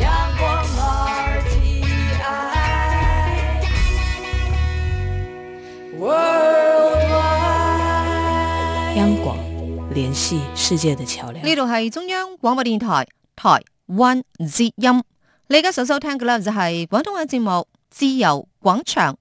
阳光 RTI。Worldwide。央广，联系世界的桥梁。 呢度係中央廣播電台台灣之音，你而家所收聽嘅咧就係廣東話節目《自由廣場》，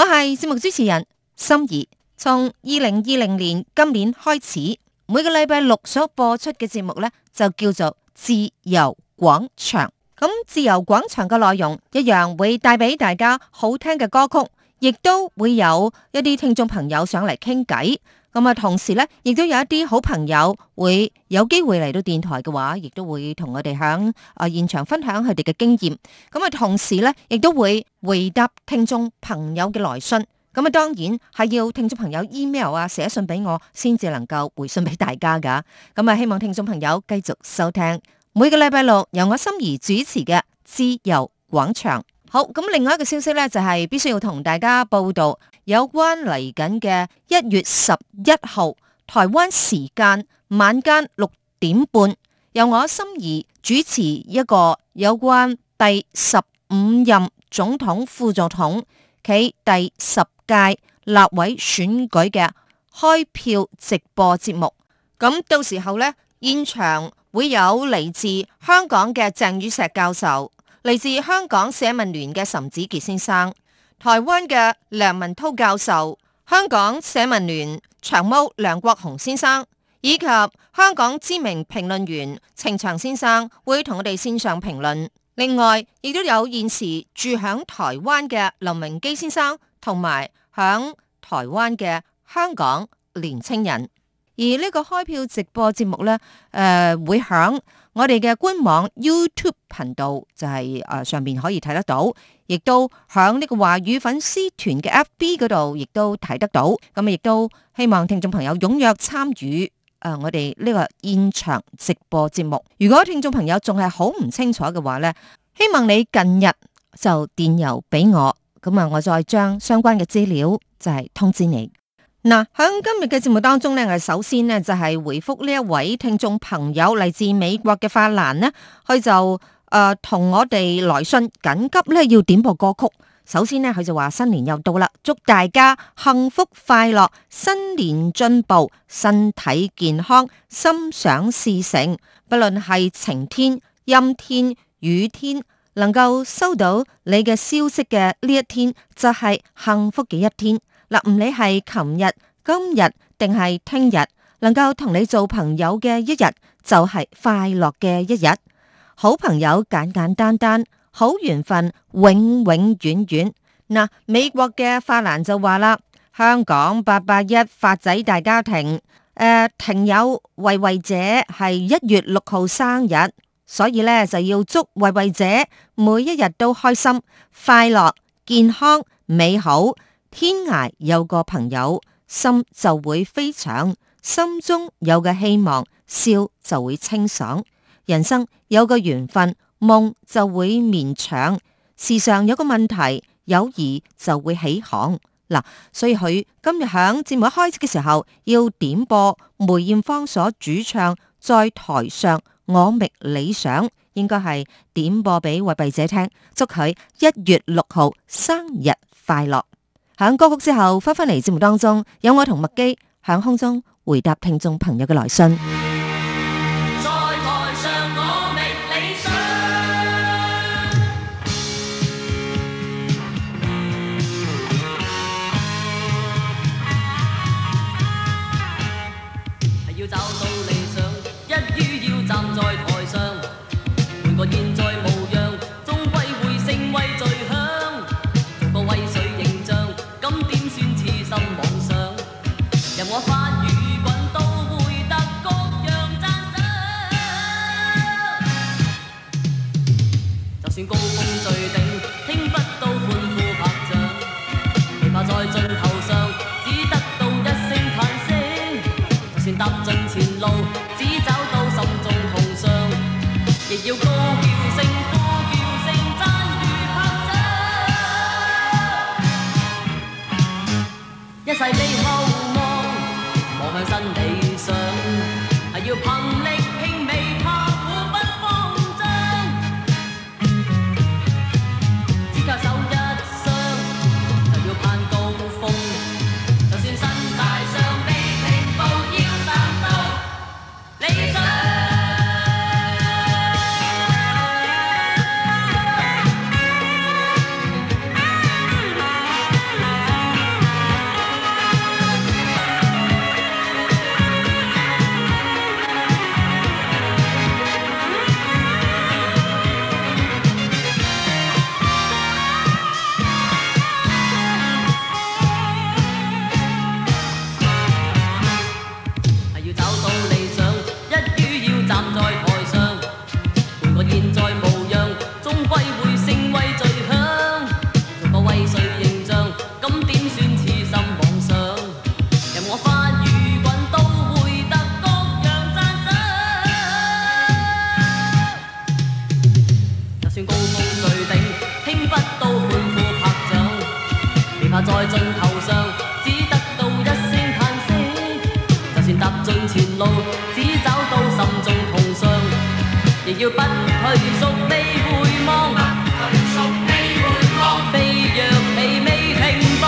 我係節目主持人心儀。從二零二零年今年開始，每個禮拜六所播出嘅節目咧就叫做《自由廣場》。咁《自由廣場》嘅內容一樣會帶俾大家好聽嘅歌曲，亦都會有一啲聽眾朋友上嚟傾偈。咁啊，同時咧，亦都有一啲好朋友會有機會嚟到電台嘅話，亦都會同我哋響啊現場分享佢哋嘅經驗。咁啊，同時咧，亦都會回答聽眾朋友嘅來信。咁啊，當然係要聽眾朋友 email 啊，寫信俾我，先至能夠回信俾大家噶。咁啊，希望聽眾朋友繼續收聽每個禮拜六由我心儀主持嘅《自由廣場》。好，咁另外一個消息咧，就係必須要同大家報道有關嚟緊嘅一月十一號台灣時間晚間六點半，由我心儀主持一個有關第十五任總統副總統暨第十屆立委選舉嘅開票直播節目。咁到時候呢，現場會有嚟自香港嘅鄭宇石教授，嚟自香港社民聯嘅岑子傑先生，台灣嘅梁文滔教授，香港社民聯長毛梁國雄先生，以及香港知名評論員程翔先生會同我哋線上評論。另外，亦都有現時住響台灣嘅林明基先生，同埋響台灣嘅香港年青人。而呢個開票直播節目呢，誒、呃、會響我哋嘅官網 YouTube 頻道，就係、誒、上面可以睇得到，亦都響呢個華語粉絲團嘅 FB 嗰度，亦都睇得到。咁啊亦都希望聽眾朋友踴躍參與。誒、呃我哋呢個現場直播節目，如果聽眾朋友仲係好唔清楚嘅話呢，希望你近日就電郵俾我，咁啊，我再將相關嘅資料就係通知你。嗱，喺今日嘅節目當中咧，我哋首先呢就係回覆呢一位聽眾朋友嚟自美國嘅法蘭呢，佢就誒同、我哋來信緊急咧要點播歌曲。首先呢，佢就話新年又到啦，祝大家幸福快樂，新年進步，身體健康，心想事成。不論係晴天、陰天、雨天，能夠收到你嘅消息嘅呢一天，就係幸福嘅一天。嗱，唔理係琴日、今日定係聽日，能夠同你做朋友嘅一日，就係快樂嘅一日。好朋友簡簡單單，好緣分永永遠遠。嗱，美國嘅法蘭就話啦，香港八八一法仔大家庭，誒、呃庭友慧慧姐係一月六號生日，所以咧就要祝慧慧姐每一日都開心、快樂、健康、美好。天涯有個朋友，心就會飛翔；心中有嘅希望，笑就會清爽。人生有個緣分，夢就會綿長。時常有個問題，友誼就會起航。嗱，所以佢今日響節目一開始嘅時候，要點播梅艷芳所主唱《在台上我覓理想》，應該係點播俾惠慧姐聽，祝佢一月六號生日快樂。響歌曲之後，翻返嚟節目當中，有我同麥基響空中回答聽眾朋友嘅來信。在台上我覓理想，係要找到理想，一於要站在台上，換個現在模樣，終歸會成為最響。做個威水形象，咁點算痴心妄想？任我發語滾都會得各樣。進頭上，只得到一聲嘆息。就算踏盡前路，只找到心中夢想，亦要高叫聲、呼叫聲、讚譽拍掌。一世被後望，望向新理想，係要憑力拼未怕苦不慌張。只靠手一雙，就要攀高峰。就算身帶傷悲，平步要達到理想。係要找到理想，一於要站在台上，換個現在模樣，終歸會勝威最響。做個威水形象，咁點算痴心妄想？任我發如棍都會得各樣讚賞。就算高高最頂，聽不到歡呼拍掌。未怕再進後上，只得到一聲嘆息。就算踏進前路，只找到心中夢想，亦要不去縮尾回望。飛躍未未停步，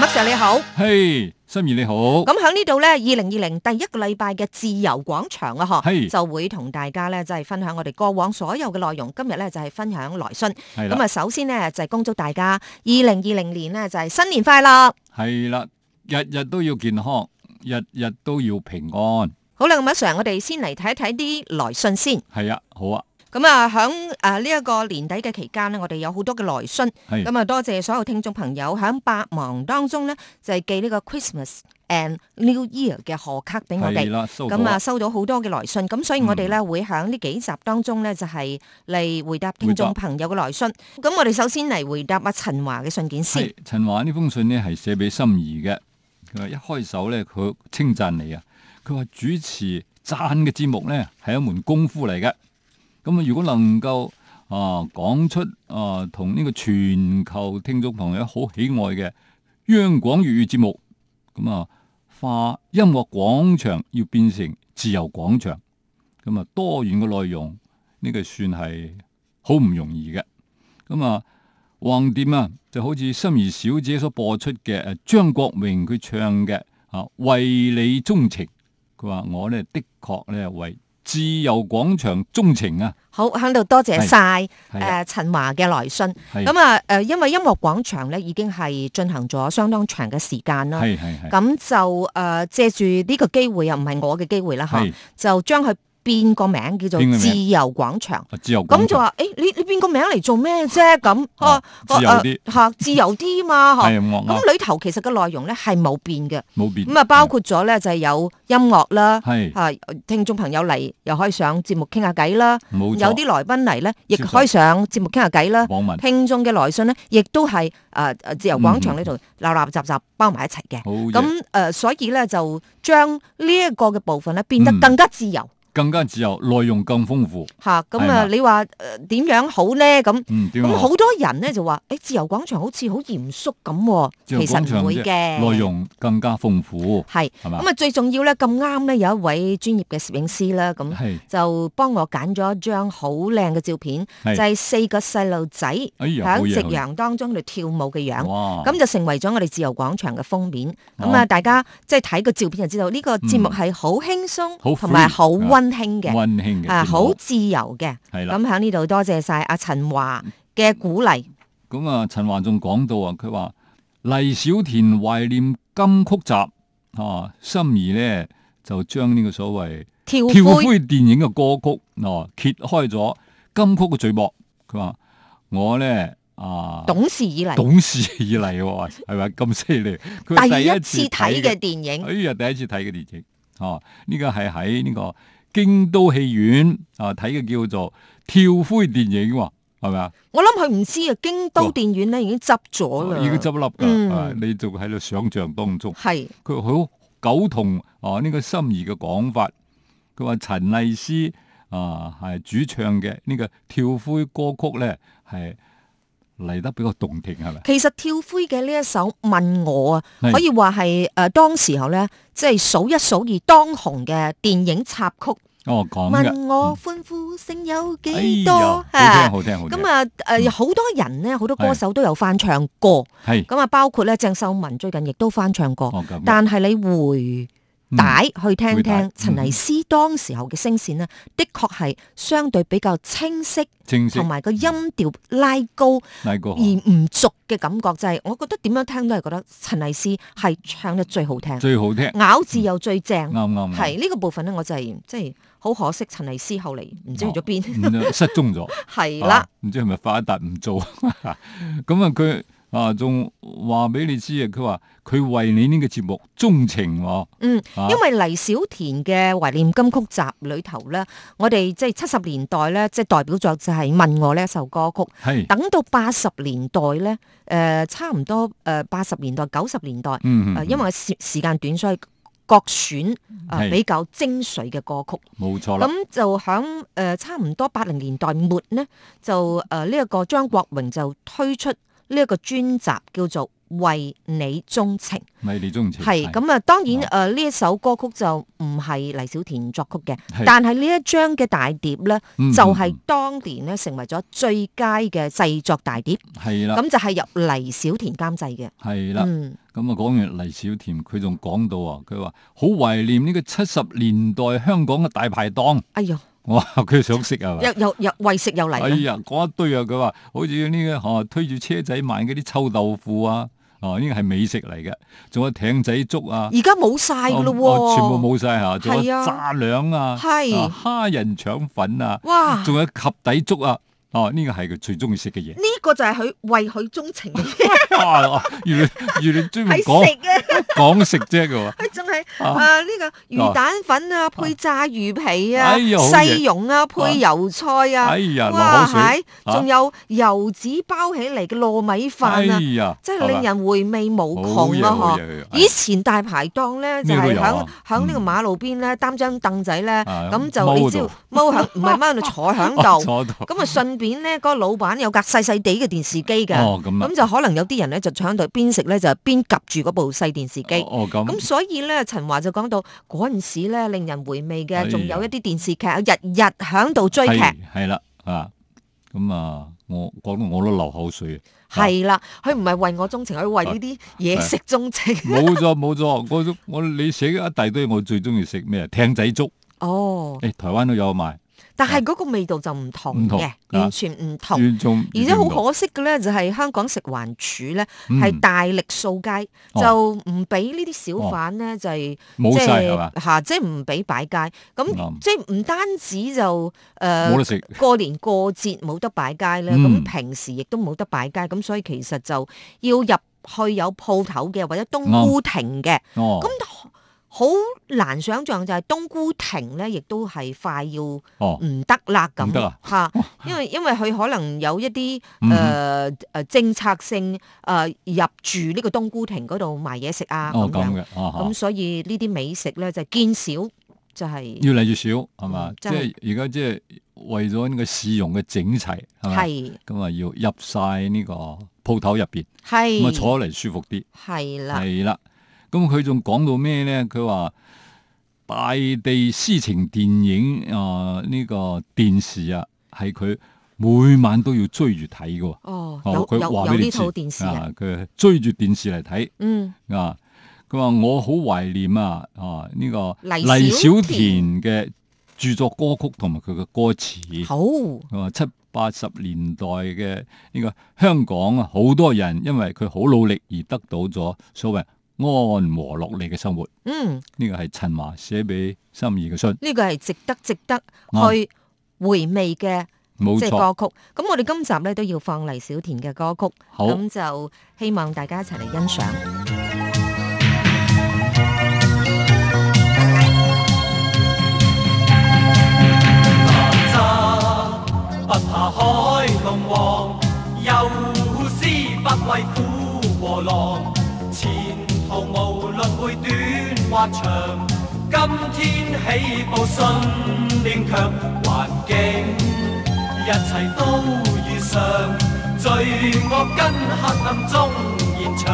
麥 Sir 你好。嘿，心怡你好。咁喺呢度呢，二零二零第一個禮拜嘅自由廣場啊，係嗬，就會同大家呢，就係分享我哋過往所有嘅內容。今日呢，就係分享來信。係咁啊，啦，首先呢，就係恭祝大家二零二零年呢，就係新年快樂。係啦，日日都要健康，日日都要平安。好啦，咁啊，Sir，我哋先嚟睇一睇啲來信先。係啊，好啊，咁啊，響誒呢一個年底嘅期間呢，我哋有好多嘅來信。係咁啊，多謝所有聽眾朋友喺百忙當中呢，就係寄呢個 Christmas and New Year 嘅賀卡俾我哋係。啦，收到咁啊，收到好多嘅來信，咁所以我哋嗯咧會喺呢幾集當中咧，就係嚟回答聽眾回朋友嘅來信。咁我哋首先嚟回答阿陳華嘅信件先。係陳華呢封信呢係寫俾心怡嘅。佢話一開手呢，佢稱讚你啊。佢話主持讚嘅節目呢係一門功夫嚟嘅。咁啊，如果能夠啊講出啊同呢個全球聽眾朋友好喜愛嘅央廣粵語節目，咁啊化音樂廣場要變成自由廣場，咁啊多元嘅內容呢、個算係好唔容易嘅。咁啊〜橫掂啊，就好似心儀小姐所播出嘅呃誒張國榮佢唱嘅啊為你鍾情，佢話我呢的確呢為自由廣場鍾情啊，好，喺度多謝晒係啊誒陳華嘅來信。係咁啊誒，因為音樂廣場咧已經係進行咗相當長嘅時間啦。係係係啊咁就誒、呃借住呢個機會啊，唔係我嘅機會啦嚇係，就將佢變個名叫做變個名自由廣場。啊自由廣咁就場話：，誒、你你變個名嚟做咩啫？咁哦我自由啲呃嚇自由啲 嘛嚇。係啊我啱咁裏頭其實嘅內容咧係冇變嘅，冇變咁啊包括咗咧就係有音樂啦，係嚇聽眾朋友嚟又可以上節目傾下偈啦，冇錯有啲來賓嚟咧亦接受可以上節目傾下偈啦，網民聽眾嘅來信咧亦都係誒誒自由廣場呢度鬧鬧雜雜包埋一齊嘅，嗯咁好嘢，誒、呃所以咧就將呢一個嘅部分咧變嗯得更加自由。更加自由，內容更豐富，吓咁係啊！嘛你話誒點樣好咧？咁嗯點咁啊好多人咧就話誒自由廣場好似好嚴肅咁喎，自由其實廣唔場會啫嘅內容更加豐富，係係嘛咁啊！最重要咧咁啱咧有一位專業嘅攝影師啦，咁啊係就幫我揀咗一張好靚嘅照片，就係係四個細路仔哎呀好喺嘢夕好嘢陽當中喺度跳舞嘅樣。哇咁就成為咗我哋自由廣場嘅封面。咁哦嗯啊，大家即係睇個照片就知道呢個節目係好輕鬆好同埋 free，好啊温馨嘅。溫馨嘅啊，節目好自由嘅。係啦咁喺呢度多謝晒阿陳華嘅鼓勵。咁啊，陳華仲講到啊，佢話黎小田懷念金曲集啊，心儀呢就將呢個所謂跳跳灰灰電影嘅歌曲啊揭開咗金曲嘅序幕。佢話我呢，啊懂事以嚟懂事以嚟喎，係咪咁犀利？佢話第一次睇嘅電哎影，呀，第一次睇嘅電啊影，哦，呢、個係喺呢個京都戲院啊睇嘅叫做《跳灰電影喎，係咪啊？我諗佢唔知啊，京都哦電院咧已經執咗啦，已經執笠㗎，嗯啊你仲喺度想像當中。係佢好苟同啊呢個心儀嘅講法，佢話陳麗斯啊係主唱嘅呢個跳灰歌曲咧係嚟得比較動聽係咪？其實跳灰嘅呢一首問我啊，係可以話係誒當時候咧，即係數一數二當紅嘅電影插曲。哦咁嘅，問我歡呼聲有哎幾呀多，？嚇好聽好聽好聽，咁啊誒，好多人咧，好多歌係手都有翻唱過。係咁啊，包括咧鄭秀文最近亦都翻唱過。哦咁嘅，但係你回帶去聽回帶聽嗯陳麗斯當時候嘅聲線呢，的確係相對比較清晰，正式同埋個音調拉高拉歌而唔俗嘅感覺，就係我覺得點樣聽都係覺得陳麗斯係唱得最好聽，最好聽，啱咬字又最正。啱係啱，呢個部分呢，我就係即係好可惜，陳麗斯後嚟唔知去咗邊。 唔失蹤咗。係啦哦嗯啊，唔知係咪發達唔做， 咁啊佢啊仲話俾你知啊，佢話佢為你呢個節目鍾情喎，嗯，啊因為黎小田嘅懷念金曲集裏頭呢，我哋即係七十年代呢，即係代表作就係問我呢一首歌曲。係，等到八十年代咧，誒、差唔多誒八十年代九十年代，誒、嗯，嗯呃啊因為時時間短，所以各選誒、呃係比較精髓嘅歌曲。冇錯啦，咁就響誒、呃差唔多八零年代末呢，就誒呢一個張國榮就推出呢一個專集叫做《為你鍾情》。咪你鍾情係咁啊，當然誒呢、啊一首歌曲就唔係黎小田作曲嘅係，但係呢一張嘅大碟咧，嗯就係嗯當年咧成為咗最佳嘅製作大碟，係啦咁就係由黎小田監製嘅。係啦，嗯，咁啊講完黎小田，佢仲講到啊，佢話好懷念呢個七十年代香港嘅大排檔，哎呦，哇佢想食啊嘛又。又又為食又嚟哎啦，呀，講一堆啊！佢話好似呢、個哦推住車仔賣嗰啲臭豆腐啊，哦呢個係美食嚟嘅，仲有艇仔粥啊，而家冇晒㗎咯哦喎，哦全部冇晒嚇，仲有哎係啊炸兩啊，係啊蝦仁腸粉啊，哇！仲有及底粥啊，哦呢個係佢最中意 食嘅嘢。呢個就係佢為佢鍾情嘅 嘢，哇！哦原來原來專門係講食嘅，講食啫嘅 喎，佢仲係啊啊呢個魚蛋粉啊，配炸魚皮啊，哎呀好嘢細蓉啊，配油菜啊哎。呀流哇！口水係，，啊仲有油紙包起嚟嘅糯米哎飯啊，呀，真係令係嘛人回味無好窮嘢啊！好嗬。嘢，以前大排檔咧就咩都係有啊響響呢個嗯馬路邊咧擔張凳仔咧，啊咁就踎你嗰知踎度響唔係踎喺度坐響 哎度，坐到咁啊順便咧嗰個老闆有架細細地嘅電視機㗎，哦咁啊咁，就可能有啲人咧就搶到邊食咧就邊及住嗰部細電視機。哦咁咁所以咧，陳華就講到嗰陣時咧，令人回味哎嘅，呀仲有一啲電視劇，日日響度追劇。係係啦啊，咁啊我講到我都流口水啊。係啦，佢唔係為我鍾情，佢為呢啲嘢食鍾情。冇咗冇咗，我我你寫一大堆，我最中意食咩？艇仔粥， 哦，誒、台灣都有賣，但係嗰個味道就唔同唔同嘅啊，完全唔同。完全而且好可惜嘅咧，就係香港食環署咧嗯係大力掃街，哦就唔俾呢啲小販咧就係冇即晒係嘛係，嚇，即係唔俾擺街。咁啱即係唔單止就冇誒得食， 過年過節冇得擺街咧，嗯咁平時亦都冇得擺街，咁所以其實就要入去有鋪頭嘅或者冬菇亭嘅。哦咁好好難想像就係冬菇亭咧，亦都係快要唔哦，得啦咁唔得啊嚇，因為因為佢可能有一啲嗯誒誒政策性誒、呃入住呢個冬菇亭嗰度賣嘢食啊哦咁咁樣，嘅，啊咁嚇所以呢啲美食咧就見少就係、越嚟越少係嘛嗯，即真係係而家即係為咗呢個市容嘅整齊係嘛，係咁啊要入晒呢個鋪頭入邊，咁係啊坐嚟舒服啲，係啦，係啦，咁佢仲講到咩咧？佢話。大地詩情電影啊，呢、個電視啊，係佢每晚都要追住睇嘅喎。哦哦有佢有話有俾你呢知套電視啊，啊，佢追住電視嚟睇嗯啊。佢話我好懷念啊啊呢、個黎黎小小田田嘅著作歌曲同埋佢嘅歌詞。好佢話七八十年代嘅呢個香港啊，好多人因為佢好努力而得到咗所謂安和落嚟嘅生活。嗯。呢、個係陳華寫俾心儀嘅信，呢個係值得值得啱去回味嘅哦冇即錯。係歌曲。咁我哋今集咧都要放黎小田嘅歌曲，好咁就希望大家一齊嚟欣賞。啊海龍王，游絲不畏虎和狼，前途無論會短或長，今天起步信念強，環境一切都如常，罪惡跟黑暗中延長，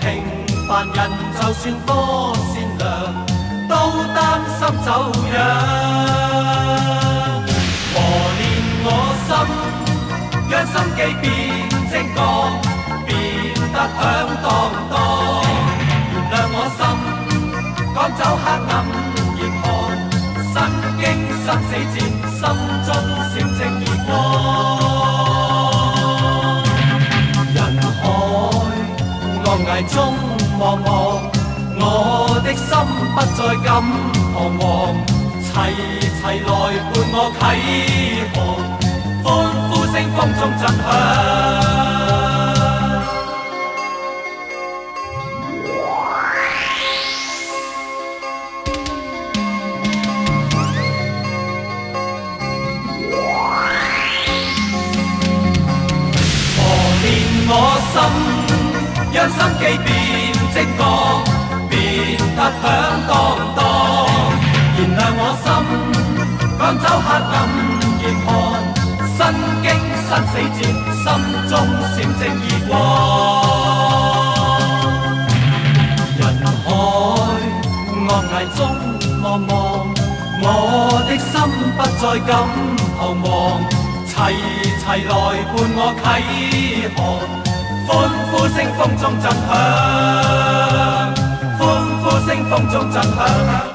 平凡人就算多善良，都擔心走樣。磨練我心，讓心機變精鋼，變得響當當。原諒我心，趕走黑暗嚴寒，身經生死戰，心中小正義安。人海浪崖中茫茫，我的心不再感彷徨。齊齊來伴我啟航，歡呼聲風中震響。磨練我心，讓心機變精鋼，變得響當當。燃亮我心，趕走黑暗嚴寒，身經生死戰，心中閃正義光。人海惡崖中茫茫，我的心不再感彷徨，齊齊來伴我啟航，歡呼聲風中震響，歡呼聲風中震響。嗯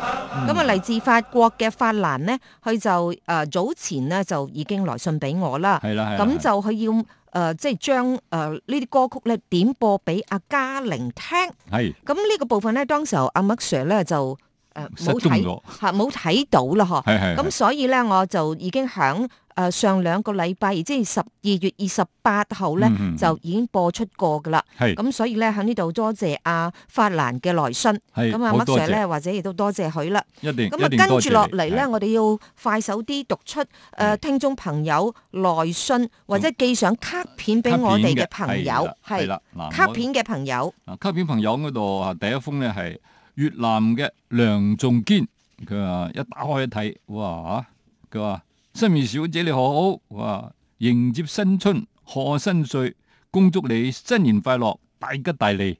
咁啊，嚟自法國嘅法蘭呢，佢就誒、呃早前呢，就已經來信俾我啦。係啦係啦咁係就佢要誒、呃即係將誒呢啲歌曲咧點播俾阿嘉玲聽。係咁呢個部分咧，當時候阿麥 Sir 咧就誒失冇蹤睇咗嚇冇睇到啦嗬。係係咁所以咧，我就已經響誒上兩個禮拜，即係十二月二十八號咧嗯嗯，嗯就已經播出過噶啦。係咁所以咧，喺呢度多謝阿法蘭嘅來信。係咁啊，好麥多 Sir 咧，謝或者亦都多謝佢啦。一定咁啊，一定跟多住謝落你嚟咧，係嗯我哋要快手啲讀出誒係聽眾朋友來信或者寄上卡片俾我哋嘅朋友，係啦係啦嗱卡我片嘅朋友，嗱，啊卡片朋友嗰度啊，第一封咧係越南嘅梁仲堅，佢話一打開一睇，哇！佢話心怡小姐你好，哇！迎接新春，賀新歲，恭祝你新年快樂，大吉大利。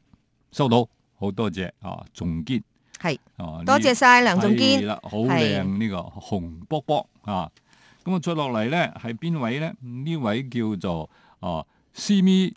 收到，好多謝啊，仲堅係啊，多謝晒梁仲堅係。啦，好係靚呢個紅卜卜啊！咁啊，再落嚟咧係邊位咧？呢位叫做啊 Simi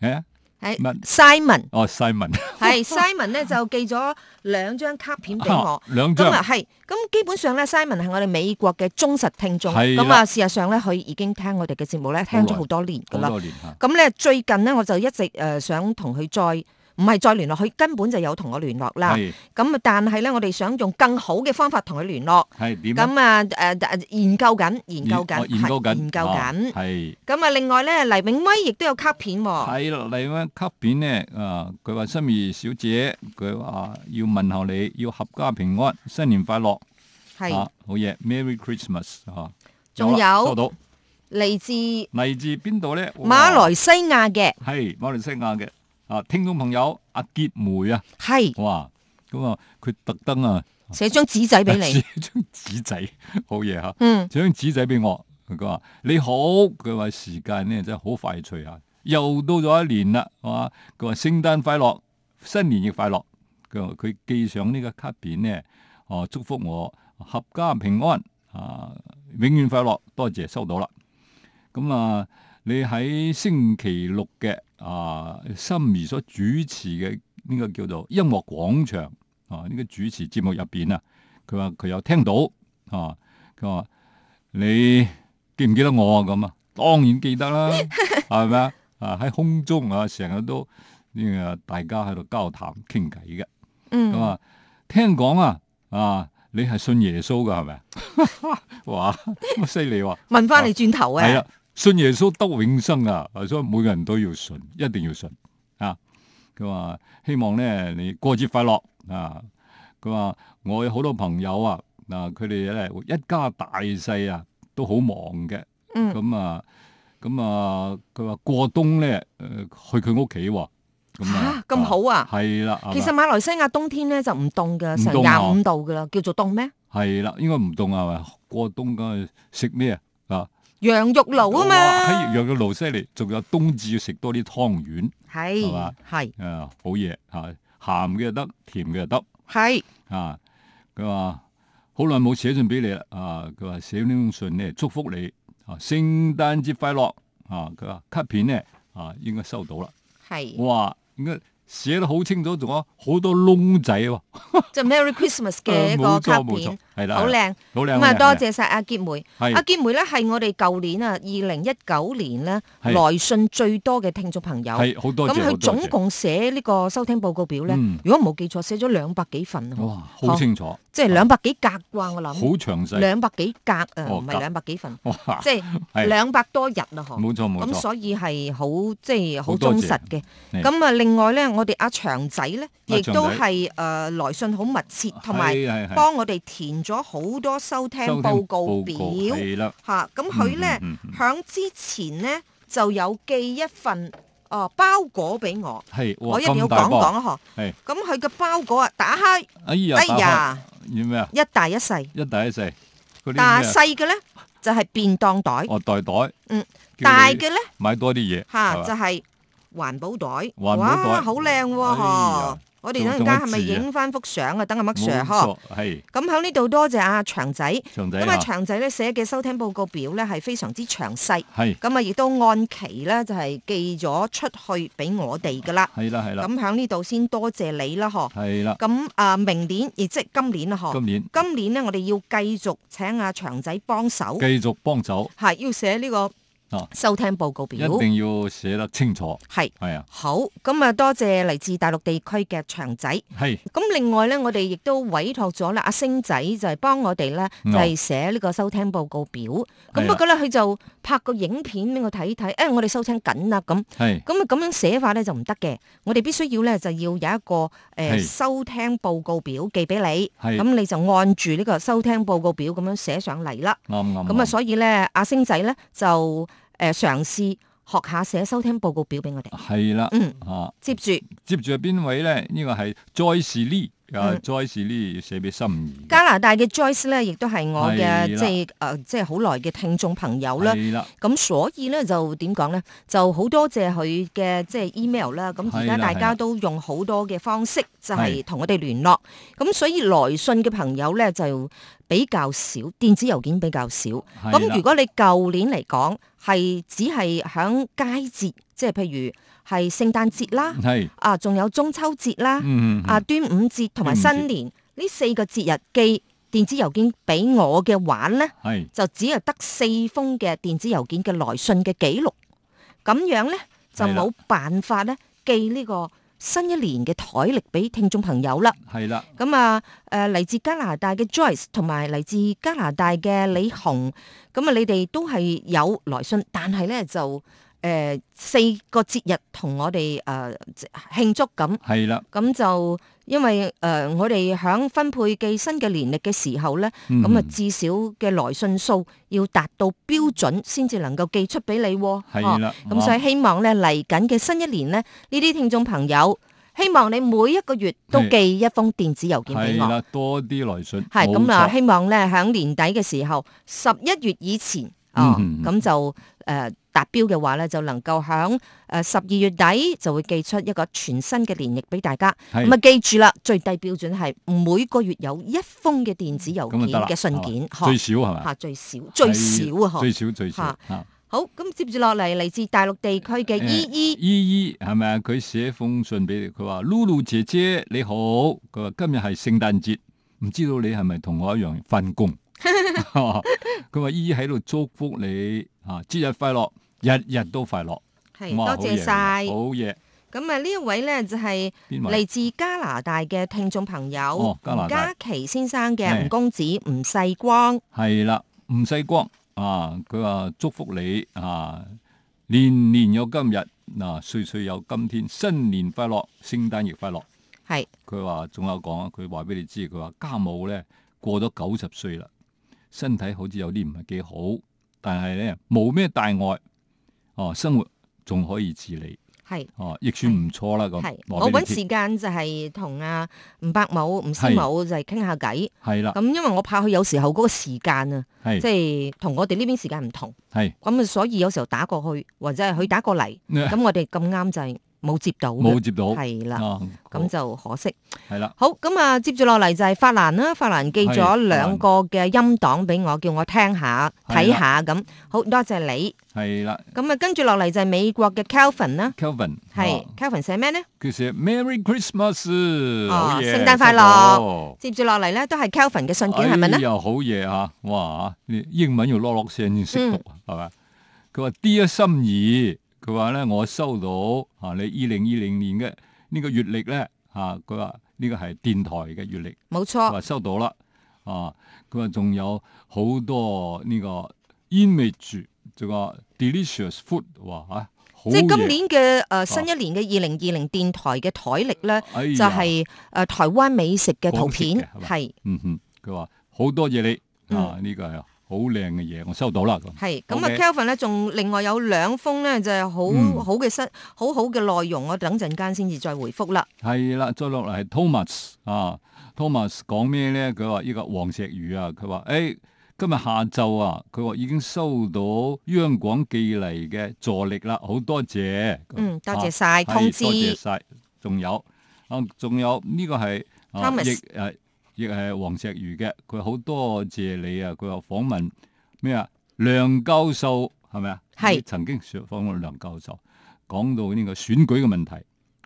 誒係乜 Simon，哦世文。係 Simon 咧就寄咗兩張卡片俾我。兩咁張啊，係咁基本上咧，Simon 係我哋美國嘅忠實聽眾。係啦咁啊，事實上咧，佢已經聽我哋嘅節目咧，聽咗好多年噶好啦。多年嚇，咁咧最近咧，我就一直誒、呃想同佢再唔係再聯絡，佢根本就有同我聯絡啦。係咁啊但係咧，我哋想用更好嘅方法同佢聯絡。係點啊？咁啊誒誒研究緊，研究緊，哦研究係緊，研究啊緊。哦係咁啊，另外咧，黎永威亦都有卡片喎、睇落嚟咧，卡片咧，啊，佢話心怡小姐，佢話啊要問候你，要合家平安，新年快樂，係啊，好嘢，Merry Christmas 啊！仲有啦收到嚟自嚟自邊度咧？馬哇來西亞嘅，係馬來西亞嘅啊，聽眾朋友阿傑梅啊，係哇，咁啊，佢特登啊寫張紙仔俾你 寫。張紙仔，好嘢嚇。嗯，寫張紙仔俾我，佢話你好，佢話時間呢真係好快脆啊，又到咗一年啦，係嘛？佢話聖誕快樂，新年亦快樂。佢話佢寄上呢個卡片呢，哦、祝福我合家平安啊，永遠快樂，多謝收到啦。咁啊，你喺星期六嘅啊，心儀所主持嘅呢個叫做音樂廣場啊，呢、個主持節目入邊啊，佢話佢有聽到啊，佢話你記唔記得我啊？咁啊，當然記得啦， 係咪啊？啊喺空中啊，成日都呢個大家喺度交談傾偈嘅，咁嗯，啊，聽講啊，啊你係信耶穌噶係咪啊？ 哇，咁犀利喎！問翻你轉頭啊系。啦，信耶穌得永生啊！所以每個人都要信，一定要信啊！佢話希望咧你過節快樂啊！佢話啊我有好多朋友啊，嗱佢哋咧一家大細啊都好忙嘅，嗯咁啊咁啊，佢話過冬咧，誒去佢屋企喎。咁啊嚇咁好啊係啦，其實馬來西亞冬天咧就唔凍嘅，成唔凍啊廿五度噶啦，叫做凍咩？係啦，應該唔凍啊係咪？過冬梗係食咩啊？哎啊，羊肉爐啊嘛，喺藥嘅爐犀利，仲有冬至要食多啲湯圓，係係嘛係誒、啊好嘢嚇，鹹嘅又得，甜嘅又得。係啊，佢話好耐冇寫信俾你啦，啊，佢話寫呢封信咧祝福你啊，聖誕節快樂啊，佢話卡片咧啊應該收到啦，係，哇，應該寫得好清楚，仲有好多窿仔喎，就 Merry Christmas 嘅一個冇卡錯冇錯片，，係啦，好靚。好靚，咁好啊，靚多好靚謝晒阿傑梅。係阿傑梅咧係我哋舊年啊，二零一九年咧係來信最多嘅聽眾朋友。係好多咁謝，佢好多總謝共寫呢個收聽報告表咧嗯，如果冇記錯，寫咗兩百幾份啊，哇，好清楚，即係兩百幾格啩，我啊好諗詳細，兩百幾格啊，哦唔格係兩百幾份，哇，即係係兩百多日啊，嗬。冇錯冇咁錯，所以係好即係好好多忠謝實嘅。係咁啊，另外咧，我哋阿長仔咧，阿亦長都仔係誒來信好密切，同埋係係係幫我哋填咗好多收聽收聽報告報表係啦，嚇。咁佢咧嗯嗯嗯響之前咧就有寄一份哦包裹俾我，係，哇我一定要咁大講波講啊！嗬，係咁佢嘅包裹啊，打開哎呀，哎打開呀，要咩啊？一大一細，一大一細嗰啲咩但啊係細嘅咧就係便當袋，哦袋袋，嗯，叫大你嘅咧買多啲嘢，嚇係就嘛係環保袋，保袋哇，好靚喎！哎嗬呀，我哋等陣仲間仲係咪一字啊影翻幅相啊？等阿麥 Sir 冇嗬錯，，係咁喺呢度多謝阿長仔。長仔咁啊，啊，長仔咧寫嘅收聽報告表咧係非常之詳細，係咁啊亦都按期咧就係寄咗出去俾我哋噶啦。係啦係啦咁喺呢度先多謝你啦，嗬。係啦，咁啊，明年亦即係今年啦，嗬今。年今年咧，我哋要繼續請阿長仔幫手，繼續幫手，係要寫呢個啊收聽報告一表，定要寫得清楚，係係啊，好。咁啊，多謝嚟自大陸地區嘅長仔。係咁另外咧，我哋亦都委託咗啦，阿星仔就係幫我哋咧，就嗯係寫呢個收聽報告表。咁係啊不過咧，佢就拍個影片俾我睇睇，誒、我哋收聽緊啦咁。係咁啊，咁樣寫法咧就唔得嘅。我哋必須要咧，就要有一個誒、呃係收聽報告表寄俾你，係咁你就按住呢個收聽報告表咁樣寫上嚟啦。啱啱咁啊，啱所以咧，阿星仔咧就誒嘗試學下寫收聽報告表俾我哋。係啦嗯，啊。接住接住係邊位咧？呢、個係 Joyce Lee 啊、嗯 j o y c e Lee 要寫俾心儀嘅，加拿大嘅 Joyce 咧，亦都係我嘅係啦即係誒，即係好耐嘅聽眾朋友啦。係啦，咁所以咧就點講咧，就好多謝佢嘅即係 email 啦。咁而家係啦大係家啦都用好多嘅方式，就係係同我哋聯絡。咁所以來信嘅朋友咧就比較少，電子郵件比較少。係咁啦如果你舊年嚟講係只係響佳節，即係譬如係聖誕節啦，係，啊仲有中秋節啦，嗯，啊端午節同埋端午節新年呢四個節日寄電子郵件俾我嘅話咧。係就只係得四封嘅電子郵件嘅來信嘅記錄，咁樣呢，就係啦冇辦法呢寄呢個新一年嘅台歷俾聽眾朋友啦。係啦，咁啊，誒嚟自加拿大嘅 Joyce 同埋嚟自加拿大嘅李紅，咁啊，你哋都係有來信，但係呢，就誒、呃四個節日同我哋誒、呃、慶祝咁。係啦，咁就因為誒、呃我哋響分配寄新嘅年歷嘅時候咧，嗯咁啊、至少嘅來信數要達到標準，先至能夠寄出俾你喎。係啦嗯哦咁、所以希望咧嚟緊嘅新一年咧，呢啲聽眾朋友，希望你每一個月都係寄一封電子郵件係俾我。啦，多啲來信，係咁啊，冇錯希望咧響年底嘅時候，十一月以前哦，嗯咁、就誒達標嘅話咧，就能夠響誒十二月底就會寄出一個全新嘅年曆俾大家。係咁啊，記住啦，最低標準係每個月有一封嘅電子郵嗯咁就件得啦，嘅信係嘛件，最嗬少係咪？嚇最少最少啊，嗬。最少最少嚇嚇好，咁接住落嚟嚟自大陸地區嘅 E 依誒依，依依係咪啊？佢寫封信俾你，佢話：Lulu 姐姐你好，佢話今日係聖誕節，唔知道你係咪同我一樣翻工？佢話依依喺度祝福你啊，節日快樂，日日都快樂。係哇多謝晒。啊好嘢，咁啊呢一位咧就係、邊位？嚟自加拿大嘅聽眾朋友，哦加拿吳大嘉琪先生嘅係吳公子吳世光，係啦，吳世光啊，佢話祝福你啊，年年有今日，嗱、歲歲有今天，新年快樂，聖誕亦快樂。係佢話仲有講，佢話俾你知，佢話家母咧過咗九十歲啦，身體好似有啲唔係幾好，但係咧冇咩大礙，哦，生活仲可以自理，係哦，亦算唔錯啦咁。係，話我俾你揾知時間就係同阿吳伯母、吳師係母就係傾下偈。係啦，咁因為我怕佢有時候嗰個時間啊，係即係同我哋呢邊時間唔同，係咁啊，所以有時候打過去或者係佢打過嚟，咁我哋咁啱就係冇接到嘅， 冇接到，係啦，啊咁就可惜。係啦，好，咁啊，接住落嚟就係法蘭啦，法蘭寄咗係兩個嘅音檔俾我，叫我聽下睇係啦下咁。好多謝你。係啦咁啊，跟住落嚟就係美國嘅 Calvin 啦， ，Kelvin 係啊 Calvin 寫咩呢？佢寫 Merry Christmas，哦好嘢聖誕快樂收到接住落嚟咧都係 Calvin 嘅信件係咪呢哎？又好嘢嚇，哇！你英文要攞落聲先識讀係咪？佢話 Dear 心意，佢話咧我收到啊，你二零二零年嘅呢個月曆咧啊，佢話呢個係電台嘅月曆，冇佢錯，話收到啦啊，佢話仲有好多呢個 image，仲有 delicious food，哇嚇，好即係嘢今年嘅誒、呃新一年嘅二零二零電台嘅台歷咧，哎就呀係、呃台灣美食嘅圖港片式嘅係，嘛係嗯哼，佢話好多謝你啊，呢個係好靚嘅嘢，我收到啦咁。係咁啊 OK ，Calvin 咧仲另外有兩封咧就係、好、嗯好嘅新好好嘅內容，我等陣間先至再回覆啦。係啦，再落嚟係 Thomas 啊，Thomas 講咩咧？佢話呢個黃石魚啊，佢話誒今日下晝啊，佢話已經收到央廣寄嚟嘅助力啦，好多謝。嗯，多謝啊晒係通知多謝晒。仲有啊，仲有呢個係啊 Thomas 亦誒亦係黃石魚嘅，佢好多謝你啊！佢話訪問咩啊？梁教授係咪啊？係你曾經上訪問梁教授，講到呢個選舉嘅問題，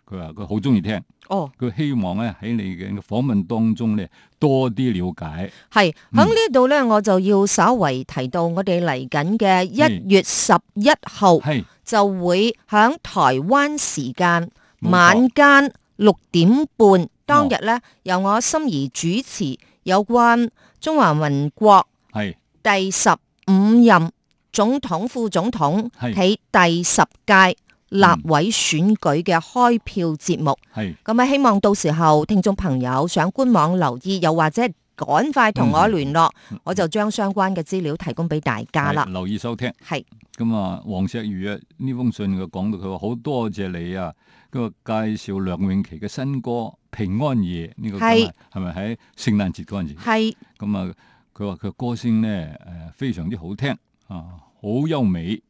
佢話佢好中意聽。哦，佢希望咧喺你嘅訪問當中咧多啲了解。係嗯喺呢度咧，我就要稍為提到我哋嚟緊嘅一月十一號。嗯係就會喺台灣時間冇錯晚間六點半當日呢，由我心儀主持有關中華民國係第十五任總統、副總統係喺第十屆立委選舉嘅開票節目。係咁啊，希望到時候聽眾朋友上官網留意，又或者趕快同我聯絡，我就將相關嘅資料提供俾大家啦係。留意收聽。係咁啊，黃石如啊呢封信佢講到佢話好多謝你啊，佢話介紹梁詠琪嘅新歌《平安夜》呢、個歌係係係咪喺聖誕節嗰陣時？係咁啊，佢話佢歌聲咧誒非常之好聽啊，好優美。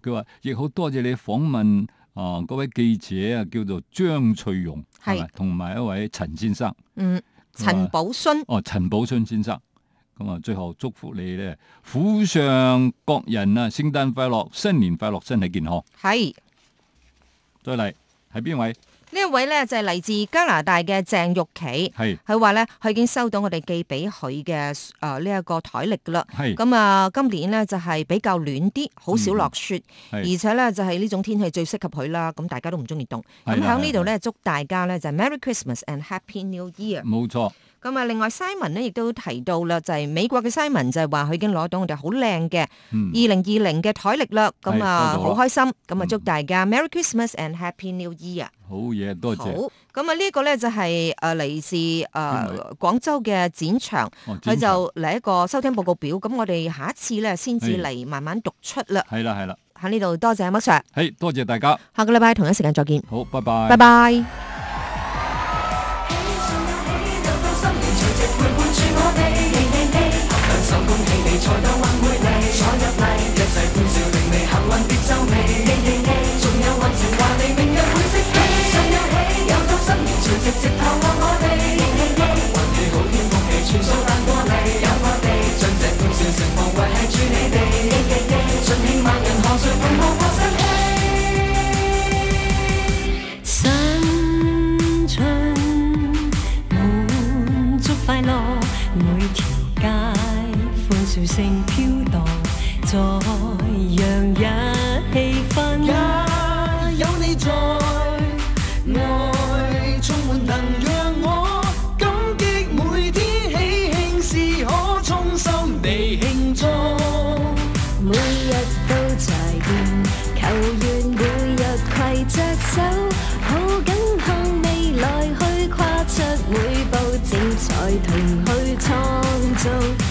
佢話亦好多謝你訪問啊嗰位記者啊，叫做張翠容，係係咪同埋一位陳先生。嗯，陳寶勳。哦，陳寶春先生。咁啊，最後祝福你咧，府上各人啊，聖誕快樂，新年快樂，身體健康。係再嚟係邊位？呢一位咧就係嚟自加拿大嘅鄭玉琪，係佢話咧佢已經收到我哋寄俾佢嘅誒呢一個台歷噶啦。係嗯咁啊，今年咧就係比較暖啲，好少落雪，而係且咧就係呢種天氣最適合佢啦。咁大家都唔中意凍。咁係啦喺呢度咧，祝大家咧就係 Merry Christmas and Happy New Year。冇錯，咁啊，另外 Simon 咧亦都提到啦，就係美國嘅 Simon 就係話佢已經攞到我哋好靚嘅二嗯，零二零嘅台歷啦。咁啊，係收到好啦嗯開心。咁啊，祝大家 Merry Christmas and Happy New Year。好嘢，多好謝。，咁啊呢個咧就係誒嚟自邊誒廣州嘅展場，哦佢展場就嚟一個收聽報告表，咁我哋下一次咧先至係嚟慢慢讀出啦。係啦係啦，喺呢度多謝麥 Sir，係多謝大家，下個禮拜同一時間再見，好，拜拜拜。新春滿足快樂，每條街歡笑聲飄蕩，再讓一氣氛。也有你在，愛充滿能讓我感激每天喜慶事可衷心地慶祝。每日都在變，求願每日攜着手，好緊向未來去跨出每步，精彩同去創造。